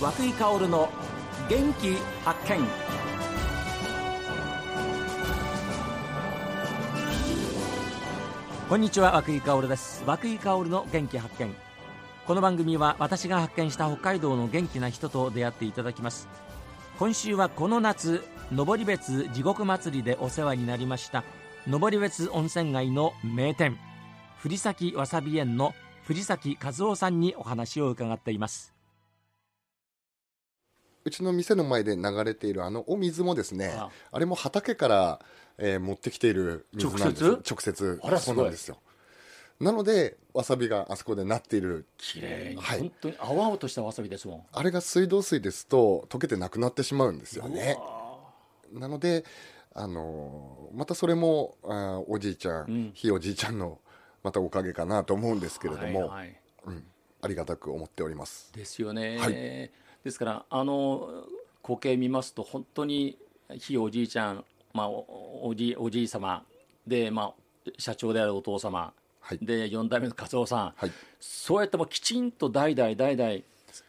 松井香織の元気発見こんにちは和久井香織です和久井香織の元気発見この番組は私が発見した北海道の元気な人と出会っていただきます今週はこの夏登別地獄祭りでお世話になりました登別温泉街の名店藤崎わさび園の藤崎和夫さんにお話を伺っていますうちの店の前で流れているあのお水もですねああれも畑から、えー持ってきている水なんです直接直接あらすごいそうなんですよなのでわさびがあそこでなっている綺麗に、はい本当に青々としたわさびですもんあれが水道水ですと溶けてなくなってしまうんですよねなのであのーまたそれもあーおじいちゃん、うんひいおじいちゃんのまたおかげかなと思うんですけれども、はいはいうん、ありがたく思っておりますですよね、はいですからあの光景見ますと本当にひいおじいちゃん、まあ、おおじいおじい様で、まあ、社長であるお父様、はいで4代目の和夫さん、はいそうやってもうきちんと代々代々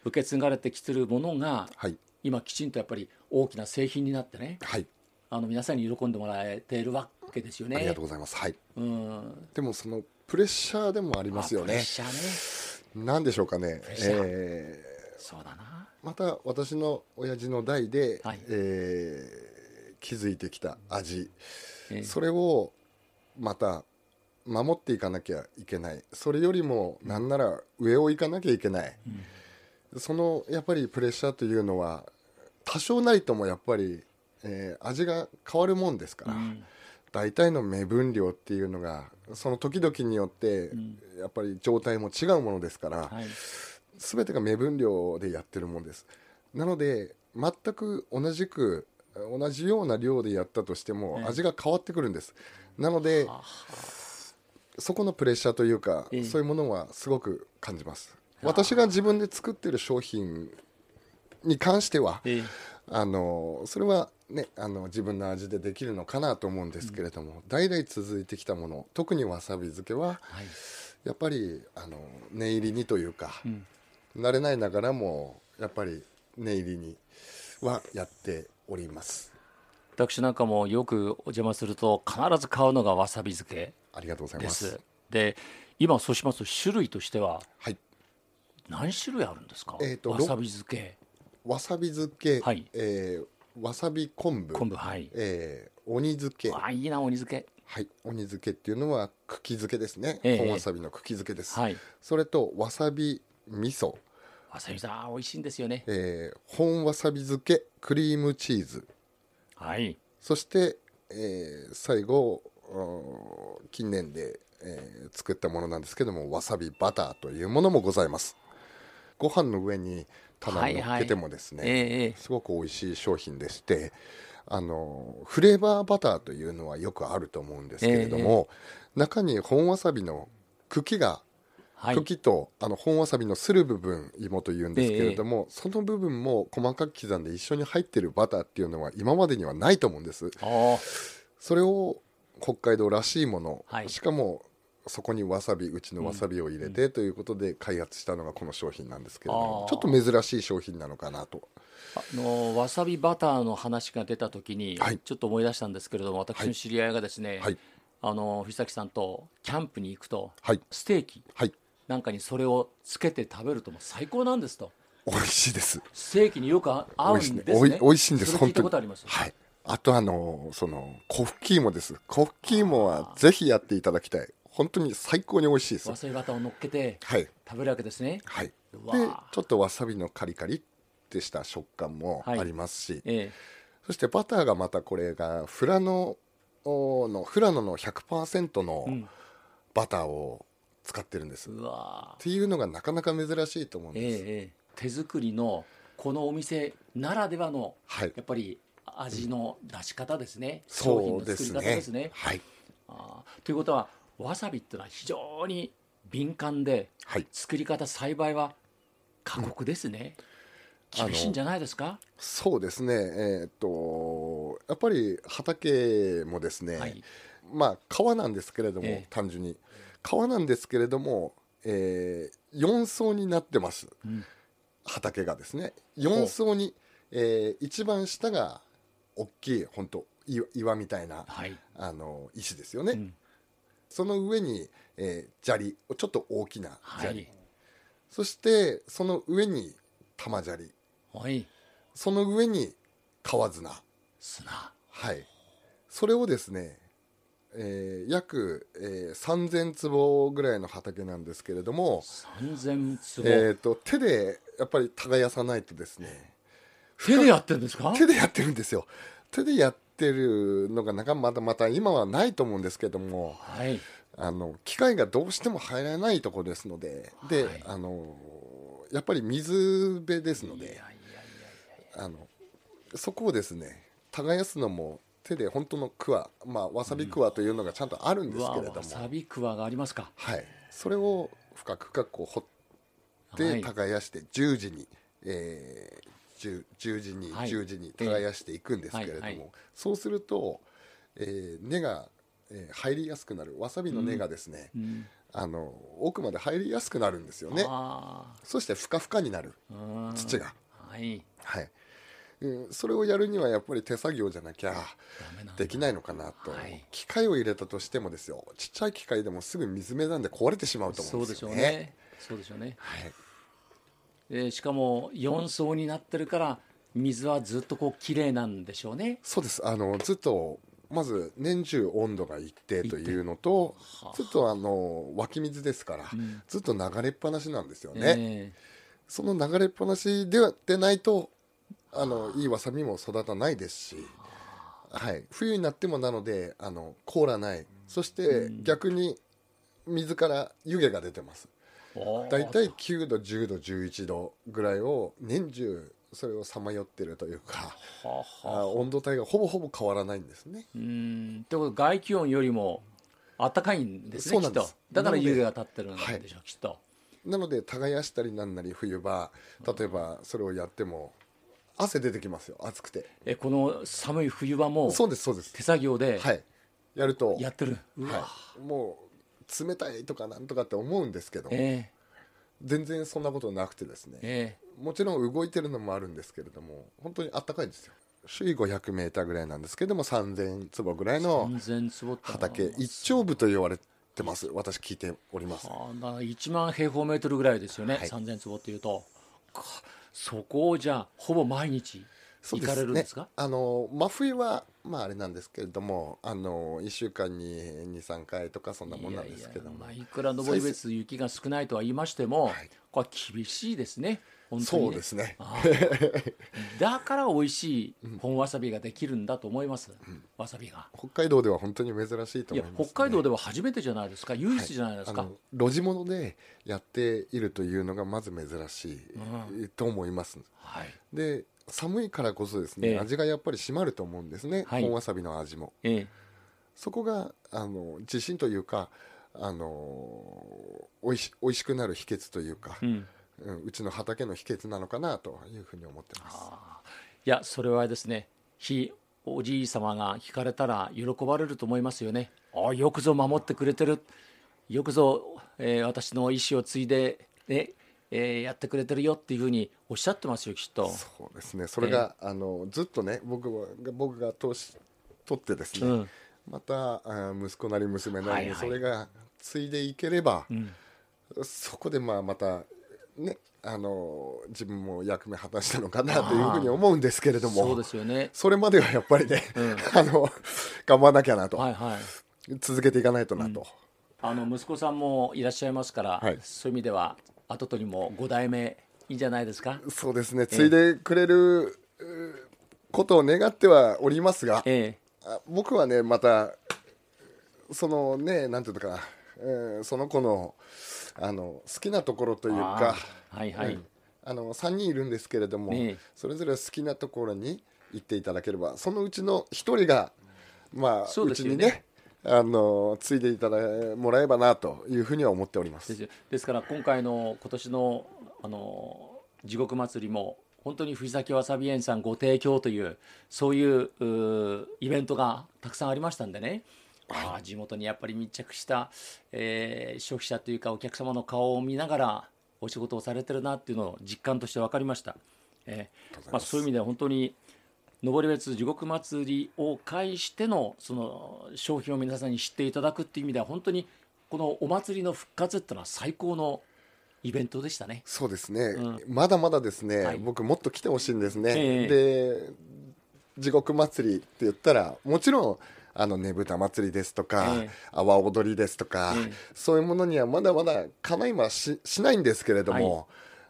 受け継がれてきてるものがはい今きちんとやっぱり大きな製品になってねはいあの皆さんに喜んでもらえているわけですよね。ありがとうございます、はいうんでもそのプレッシャーでもありますよあプレッねシャーねなんでしょうかねレッ、シャーえそうだなーまた私の親父の代で、はいえー気づいてきた味、ええそれをまた守っていかなきゃいけないそれよりもなんなら上を行かなきゃいけない、そのやっぱりプレッシャーというのは多少なりともやっぱり、えー味が変わるもんですから、うん大体の目分量っていうのがその時々によって、やっぱり状態も違うものですから、はい全てが目分量でやってるもんですなので全く同じく同じような量でやったとしてもええ味が変わってくるんです、なのであそこのプレッシャーというか、ええそういうものはすごく感じます私が自分で作ってる商品に関しては、ええあのそれはねあの自分の味でできるのかなと思うんですけれども、代々続いてきたもの特にわさび漬けははいやっぱりあの念入りにというか、ん慣れないながらもやっぱり念入りにはやっております私なんかもよくお邪魔すると必ず買うのがわさび漬けありがとうございでますす。で今そうしますと種類としてははい何種類あるんですか、えーとわさび漬けわさび漬け、はいえーわさび昆布昆布はい、えー鬼漬けあいいな鬼漬けはい鬼漬けっていうのは茎漬けですね、ええ本わさびの茎漬けです、はいそれとわさび味噌わさびさん美味しいんですよねえー本わさび漬けクリームチーズはいそして、えー最後うん近年で、えー作ったものなんですけどもわさびバターというものもございますご飯の上に棚に乗っけてもですね、えええすごく美味しい商品でしてあのフレーバーバターというのはよくあると思うんですけれども、中に本わさびの茎がえはい茎とあの本わさびのする部分芋というんですけれども、その部分も細かく刻んで一緒に入ってるバターっていうのは今までにはないと思うんですあーそれを北海道らしいもの、はいしかもそこにわさびうちのわさびを入れてということで開発したのがこの商品なんですけれども、あーちょっと珍しい商品なのかなとあのわさびバターの話が出た時に、はいちょっと思い出したんですけれども私の知り合いがですね、はいあの藤崎さんとキャンプに行くと、はいステーキはいなんかにそれをつけて食べるともう最高なんですと美味しいですステーキによく合合うんですね美味しい美味しいんですそれ聞本いた当こにとありますはいあとあのそのコフキーモですコフキーモはぜひやっていただきたい本当に最高に美味しいですわさびバターを乗っけてはい食べるわけですねはい、でうわーちょっとわさびのカリカリってした食感もあはいりますし、えそしてバターがまたこれがフラノのフラノの100%えうのんバターを使ってるんです、っうわーていうのがなかなか珍しいと思うんええです、ええ手作りのこのお店ならではのはいやっぱり味の出し方ですね、商品そうので作りす方ねですねはいあーということはわさびってのは非常に敏感ではい作り方栽培は過酷ですね、うん厳しいんじゃないですかそうですねえーっとやっぱり畑もですね、はいまあ川なんですけれども、ええ単純に川なんですけれども、え4層になってます、うん畑がですね4層に、えー一番下が大きい本当岩岩みたいなはい。あの石ですよね、うんその上に、えー砂利ちょっと大きなは砂利、い。そしてその上に玉砂利はい。その上に川砂砂。はいそれをですね、えー約、えー3000坪ぐらいの畑なんですけれども、三千坪。えー、と手でやっぱり耕さないとですね手でやってるんですか。手でやってるんですよ手でやってるのがなかまだまた今はないと思うんですけどもはい。あの機械がどうしても入らないところですのでで、はいあのやっぱり水辺ですのいやでいやいや。あのそこをですね耕すのも手で本当のクワ、まあ、わさびクワというのがちゃんとあるんでうすけわ、れども、わさびクワがありますか。はい、それを深く深くこう掘ってはい耕して十字に、えー十十字にはい十字に耕していくんですけれども、はいはいそうすると、えー根が、えー入りやすくなるわさびの根がですね、うん。あの奥まで入りやすくなるんですよねあそしてふかふかになるあ。うん土。が、はい。はいうん、それをやるにはやっぱり手作業じゃなきゃダメなんだできないのかなと、はい機械を入れたとしてもですよちっちゃい機械でもすぐ水目なんで壊れてしまうと思そううんででしすょようねね。そうでしょうね。はいえーしかも4層になってるから水はずっとこう綺麗なんでしょうねそうですあのずっとまず年中温度が一定というのとはあずっとあの湧き水ですから、んずっと流れっぱなしなんですよね、えその流れっぱなしではでないとあのいいわさびも育たないですし、はい、冬になってもなのであの凍らないそして逆に水から湯気が出てますーおー大体9度10度11度ぐらいを年中それをさまよってるというかはあはああ温度帯がほぼほぼ変わらないんですねうーんってことは外気温よりも暖かいんですねそうきなっんですとだからなので湯気が立ってるんでしょう、きっとなので耕したりなんなり冬場例えばそれをやっても汗出てきますよ暑くてえこの寒い冬場もそうですそうです手作業ではいやるとやってる、うわはい、もう冷たいとかなんとかって思うんですけどえ全然そんなことなくてですーねえもちろん動いてるのもあるんですけれども本当にあったかいんですよ周囲 500m ぐらいなんですけども3000坪ぐらいー、の完全坪ってのは畑一丁部と言われてます私聞いておりますあーだから1万平方メートルぐらいですよね、はい3000坪っていうとかそこをじゃあほぼ毎日そう行かれるんですかね、あの真冬はまああれなんですけれどもあの1週間に23回とかそんなもんなんですけどもいやいやまあ、いくら登別雪が少ないとは言いましても、はいこれは厳しいですね本当にねそうですねああだから美味しい本わさびができるんだと思います、わさびが北海道では本当に珍しいとい思やいます、ね、北海道では初めてじゃないですか唯一じゃないですか、あの路地物でやっているというのがまず珍しいと思います、はいで寒いからこそですね、ええ味がやっぱり締まると思うんですね、はい本わさびの味もええそこがあの自信というかあのおいし美味しくなる秘訣というか、ううんんうちの畑の秘訣なのかなというふうに思ってますああいやそれはですねひおじい様が聞かれたら喜ばれると思いますよねああよくぞ守ってくれてるよくぞ、えー私の意思を継いで、ねえーやってくれてるよっていうふうにおっしゃってますよきっとそうですねそれが、あのずっとね僕は僕が通し取ってですね、うんまたあー息子なり娘なりはいにはいそれが継いでいければ、そこでまあまたねあの自分も役目果たしたのかなというふうに思うんですけれどもそうですよねそれまではやっぱりね、 あの頑張らなきゃなと、はいはい続けていかないとなと、あの息子さんもいらっしゃいますから、はいそういう意味では後取りも5代目いいんじゃないですかそうですね継いでくれるうーことを願ってはおりますが、えあ僕はねまたそのねなんていうのかな、うんその子のあの好きなところというえかあーはいはい、うんあの3人いるんですけれども、ねえそれぞれ好きなところに行っていただければそのうちの1人がまあそううですちよねにねあのついでいただもらえばなというふうには思っておりまですすよですから今回の今年のあの地獄祭りも本当に藤崎わさび園さんご提供というそういううーイベントがたくさんありましたんでね、ああ地元にやっぱり密着した、えー消費者というかお客様の顔を見ながらお仕事をされてるなっていうのを実感として分かりました、えーまあ、そういう意味では本当に登別地獄祭りを介してのその商品を皆さんに知っていただくっていう意味では本当にこのお祭りの復活っていうのは最高のイベントでしたね。そうですね、まだまだですね、はい僕もっと来てほしいんですね、ええで地獄祭りって言ったらもちろんあのねぶた祭りですとか、ええ阿波踊りですとか、ええそういうものにはまだまだかないはししないんですけれども、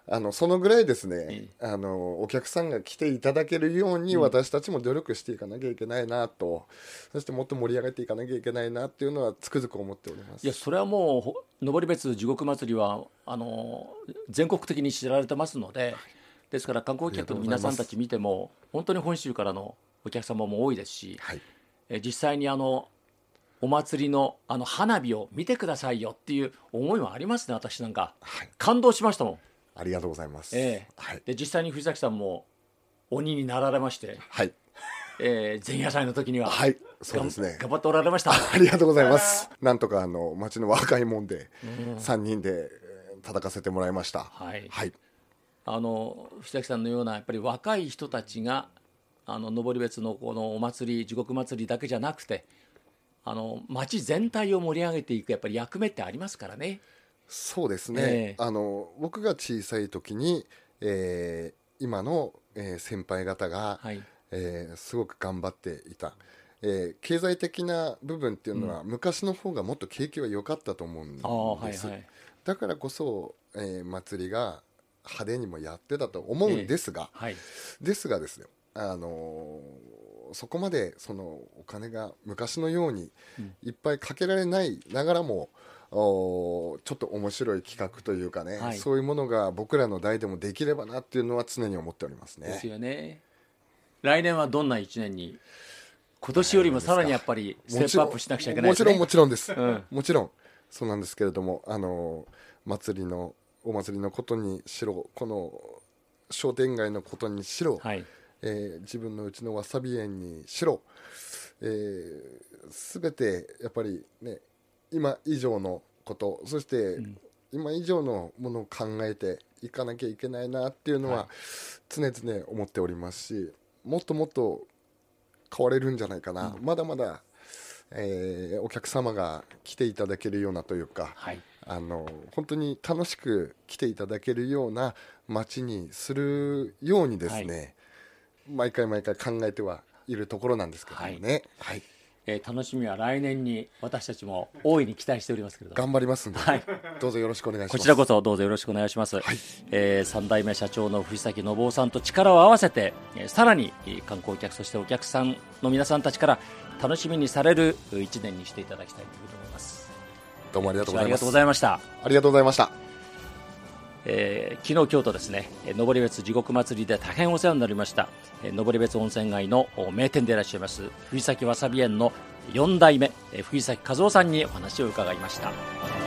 あのそのぐらいですね、あのお客さんが来ていただけるように私たちも努力していかなきゃいけないなと、そしてもっと盛り上げていかなきゃいけないなっていうのはつくづく思っておりますいやそれはもうほ登別地獄祭りはあの全国的に知られてますのでですから観光客の皆さんたち見ても本当に本州からのお客様も多いですし、はいえ実際にあのお祭りのあの花火を見てくださいよっていう思いもありますね私なんか、感動しましたもん、ありがとうございます、ええはい、で実際に藤崎さんも鬼になられまして、はい、えー前夜祭の時には、はい、そうですね頑張っておられましたありがとうございます。なんとかあの町の若いもんで3人でえー叩かせてもらいました。はいはい。あの藤崎さんのようなやっぱり若い人たちがあの登別のこのお祭り地獄祭りだけじゃなくてあの町全体を盛り上げていくやっぱり役目ってありますからね。そうですね。ええあの僕が小さい時に、えー今の、えー先輩方が、はいえーすごく頑張っていた。えー経済的な部分っていうのは、昔の方がもっと景気は良かったと思うんです。ああはいはい。だからこそ、えー祭りが派手にもやってたと思うんですが、はい、ですがですね、あのーそこまでそのお金が昔のようにいっぱいかけられないながらも、おーちょっと面白い企画というかね、はいそういうものが僕らの代でもできればなっていうのは常に思っておりますね。ですよね。来年はどんな1年に今年よりもさらにやっぱりステップアップしなくちゃいけないもでちすろね。んもちろんです、んもちろんそうなんですけれどもあの祭りのお祭りのことにしろこの商店街のことにしろ、はいえー自分のうちのわさび園にしろ、えー、全てやっぱりね今以上のことそして今以上のものを考えていかなきゃいけないなっていうのは常々思っておりますしもっともっと変われるんじゃないかな、まだまだ、えーお客様が来ていただけるようなというか、はいあの本当に楽しく来ていただけるような街にするようにですね、毎回毎回考えてはいるところなんですけどもね、はいえー楽しみは来年に私たちも大いに期待しておりますけれども。頑張りますんで、はいどうぞよろしくお願いします。こちらこそどうぞよろしくお願いします、え3代目社長の藤崎信夫さんと力を合わせて、えーさらにえー観光客そしてお客さんの皆さんたちから楽しみにされる1年にしていただきたいというふうに思いますどうもありがとうごあざいりまがとうすご。ざいました、ありがとうございました。えー昨日今日とですねえー登別地獄祭りで大変お世話になりましたえー登別温泉街のお名店でいらっしゃいます藤崎わさび園の4代目えー藤崎和夫さんにお話を伺いました